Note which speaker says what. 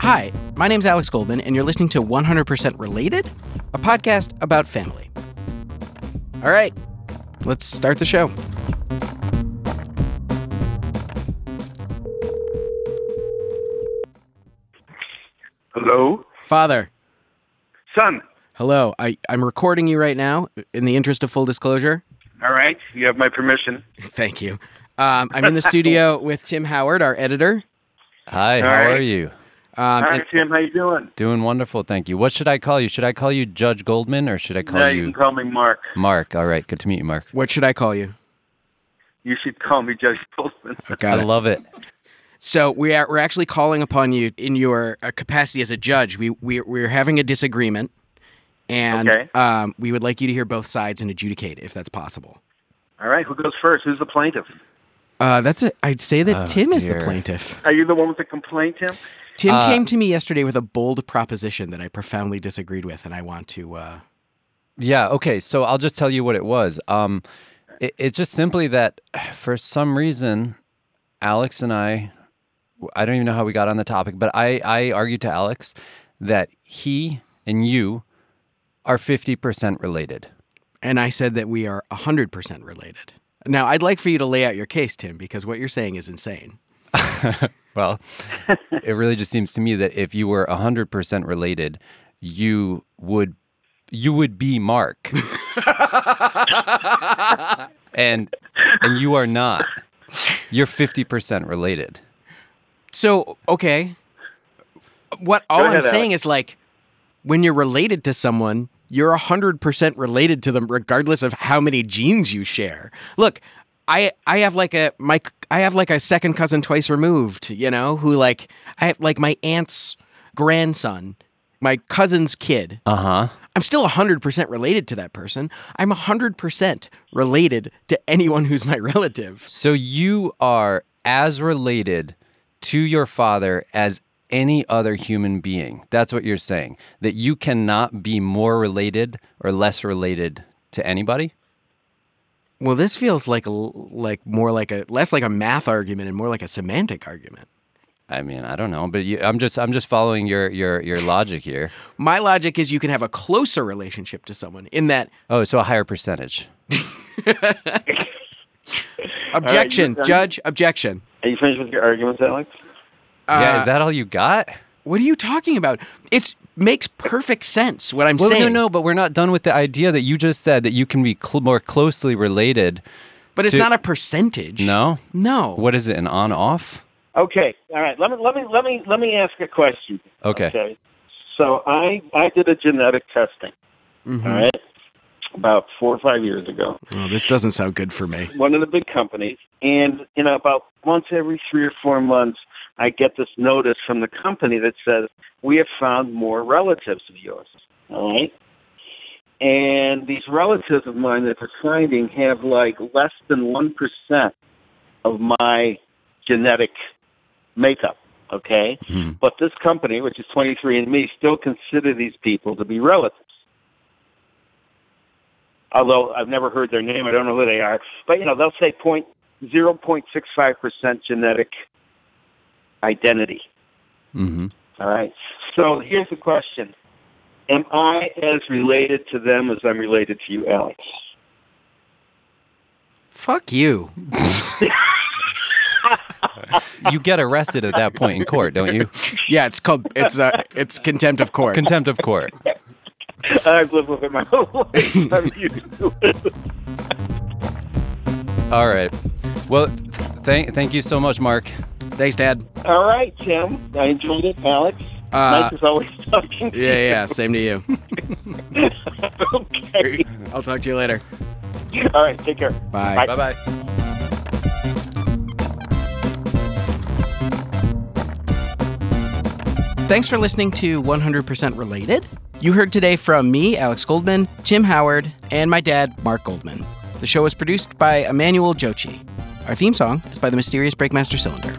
Speaker 1: Hi, my name's Alex Goldman, and you're listening to 100% Related, a podcast about family. All right, let's start the show.
Speaker 2: Hello,
Speaker 1: Father,
Speaker 2: son.
Speaker 1: hello. I, I'm recording you right now in the interest of full disclosure.
Speaker 2: All right, you have my permission.
Speaker 1: Thank you. Um, I'm in the studio with Tim Howard, our editor.
Speaker 3: Hi, how
Speaker 2: right.
Speaker 3: are you?
Speaker 1: Um,
Speaker 2: Hi,
Speaker 1: and-
Speaker 2: Tim. How you doing?
Speaker 3: Doing wonderful, thank you. What should I call you? Should I call you Judge Goldman or should I call
Speaker 2: yeah, you
Speaker 3: you
Speaker 2: can call me Mark.
Speaker 3: Mark? All right, good to meet you, Mark.
Speaker 1: what should I call you?
Speaker 2: You should call me Judge Goldman.
Speaker 1: Got
Speaker 3: I
Speaker 1: it.
Speaker 3: love it.
Speaker 1: So we are we're actually calling upon you in your uh, capacity as a judge. We we we're having a disagreement, and
Speaker 2: Okay.
Speaker 1: um, we would like you to hear both sides and adjudicate if that's possible.
Speaker 2: All right, who goes first? Who's the plaintiff?
Speaker 1: Uh, that's it. I'd say that
Speaker 3: Oh,
Speaker 1: Tim is the
Speaker 3: dear.
Speaker 1: plaintiff.
Speaker 2: Are you the one with the complaint, Tim?
Speaker 1: Tim
Speaker 3: Uh,
Speaker 1: came to me yesterday with a bold proposition that I profoundly disagreed with, and I want to. Uh,
Speaker 3: Yeah, okay, so I'll just tell you what it was. Um, it, it's just simply that for some reason, Alex and I, I don't even know how we got on the topic, but I, I argued to Alex that he and you are 50% related.
Speaker 1: and I said that we are hundred percent related. Now I'd like for you to lay out your case, Tim, because what you're saying is insane.
Speaker 3: Well, it really just seems to me that if you were 100% related, you would you would be Mark. and and you are not. You're 50% related.
Speaker 1: So, okay. What all
Speaker 2: Go ahead,
Speaker 1: I'm saying
Speaker 2: Alex.
Speaker 1: is like when you're related to someone, you're 100% related to them regardless of how many genes you share. Look, I I have like a my I have like a second cousin twice removed, you know, who like I have like my aunt's grandson, my cousin's kid.
Speaker 3: Uh-huh.
Speaker 1: I'm still 100% related to that person. I'm 100% related to anyone who's my relative.
Speaker 3: So you are as related to your father as any other human being. That's what you're saying. That you cannot be more related or less related to anybody?
Speaker 1: Well, this feels like a l- like more like a less like a math argument and more like a semantic argument.
Speaker 3: I mean, I don't know, but you, I'm just I'm just following your your your logic here.
Speaker 1: My logic is you can have a closer relationship to someone in that
Speaker 3: Oh, so a higher percentage.
Speaker 1: objection,
Speaker 2: done.
Speaker 1: judge, objection.
Speaker 2: Are you finished with your arguments, Alex?
Speaker 3: yeah,
Speaker 1: Uh,
Speaker 3: is that all you got?
Speaker 1: what are you talking about? It makes perfect sense what I'm
Speaker 3: Well,
Speaker 1: saying.
Speaker 3: no, no, but we're not done with the idea that you just said that you can be cl- more closely related.
Speaker 1: but it's
Speaker 3: to-
Speaker 1: not a percentage.
Speaker 3: No,
Speaker 1: no.
Speaker 3: what is it? An on-off?
Speaker 2: Okay. All right. Let me let me let me let me ask a question.
Speaker 3: Okay.
Speaker 2: So I I did a genetic testing.
Speaker 1: Mhm.
Speaker 3: Hmm.
Speaker 2: all right. About four or five years ago,
Speaker 1: Oh, this doesn't sound good for me.
Speaker 2: one of the big companies, and you know, about once every three or four months, I get this notice from the company that says we have found more relatives of yours. All right, and these relatives of mine that they're finding have like less than one percent of my genetic makeup. Okay,
Speaker 3: Hmm.
Speaker 2: but this company, which is 23andMe, still consider these people to be relatives. Although I've never heard their name, I don't know who they are. But you know, they'll say point zero point six five percent genetic identity.
Speaker 3: Mm-hmm.
Speaker 2: All right. So here's the question: Am I as related to them as I'm related to you, Alex?
Speaker 1: Fuck you.
Speaker 3: You get arrested at that point in court, don't you?
Speaker 1: Yeah, it's called it's uh, it's contempt of court.
Speaker 3: Contempt of court.
Speaker 2: I've lived with it my whole life. I'm used to it.
Speaker 3: All right. Well, th- thank thank you so much, Mark.
Speaker 1: Thanks, Dad.
Speaker 2: All right, Tim. I enjoyed it, Alex.
Speaker 1: Uh,
Speaker 2: nice as always talking. to
Speaker 1: Yeah, yeah, same to you.
Speaker 2: you. okay.
Speaker 1: I'll talk to you later.
Speaker 2: All right. Take care.
Speaker 1: Bye.
Speaker 2: Bye.
Speaker 3: Bye bye.
Speaker 1: Thanks for listening to 100% Related. You heard today from me, Alex Goldman, Tim Howard, and my dad, Mark Goldman. The show was produced by Emmanuel Jochi. Our theme song is by the mysterious Breakmaster Cylinder.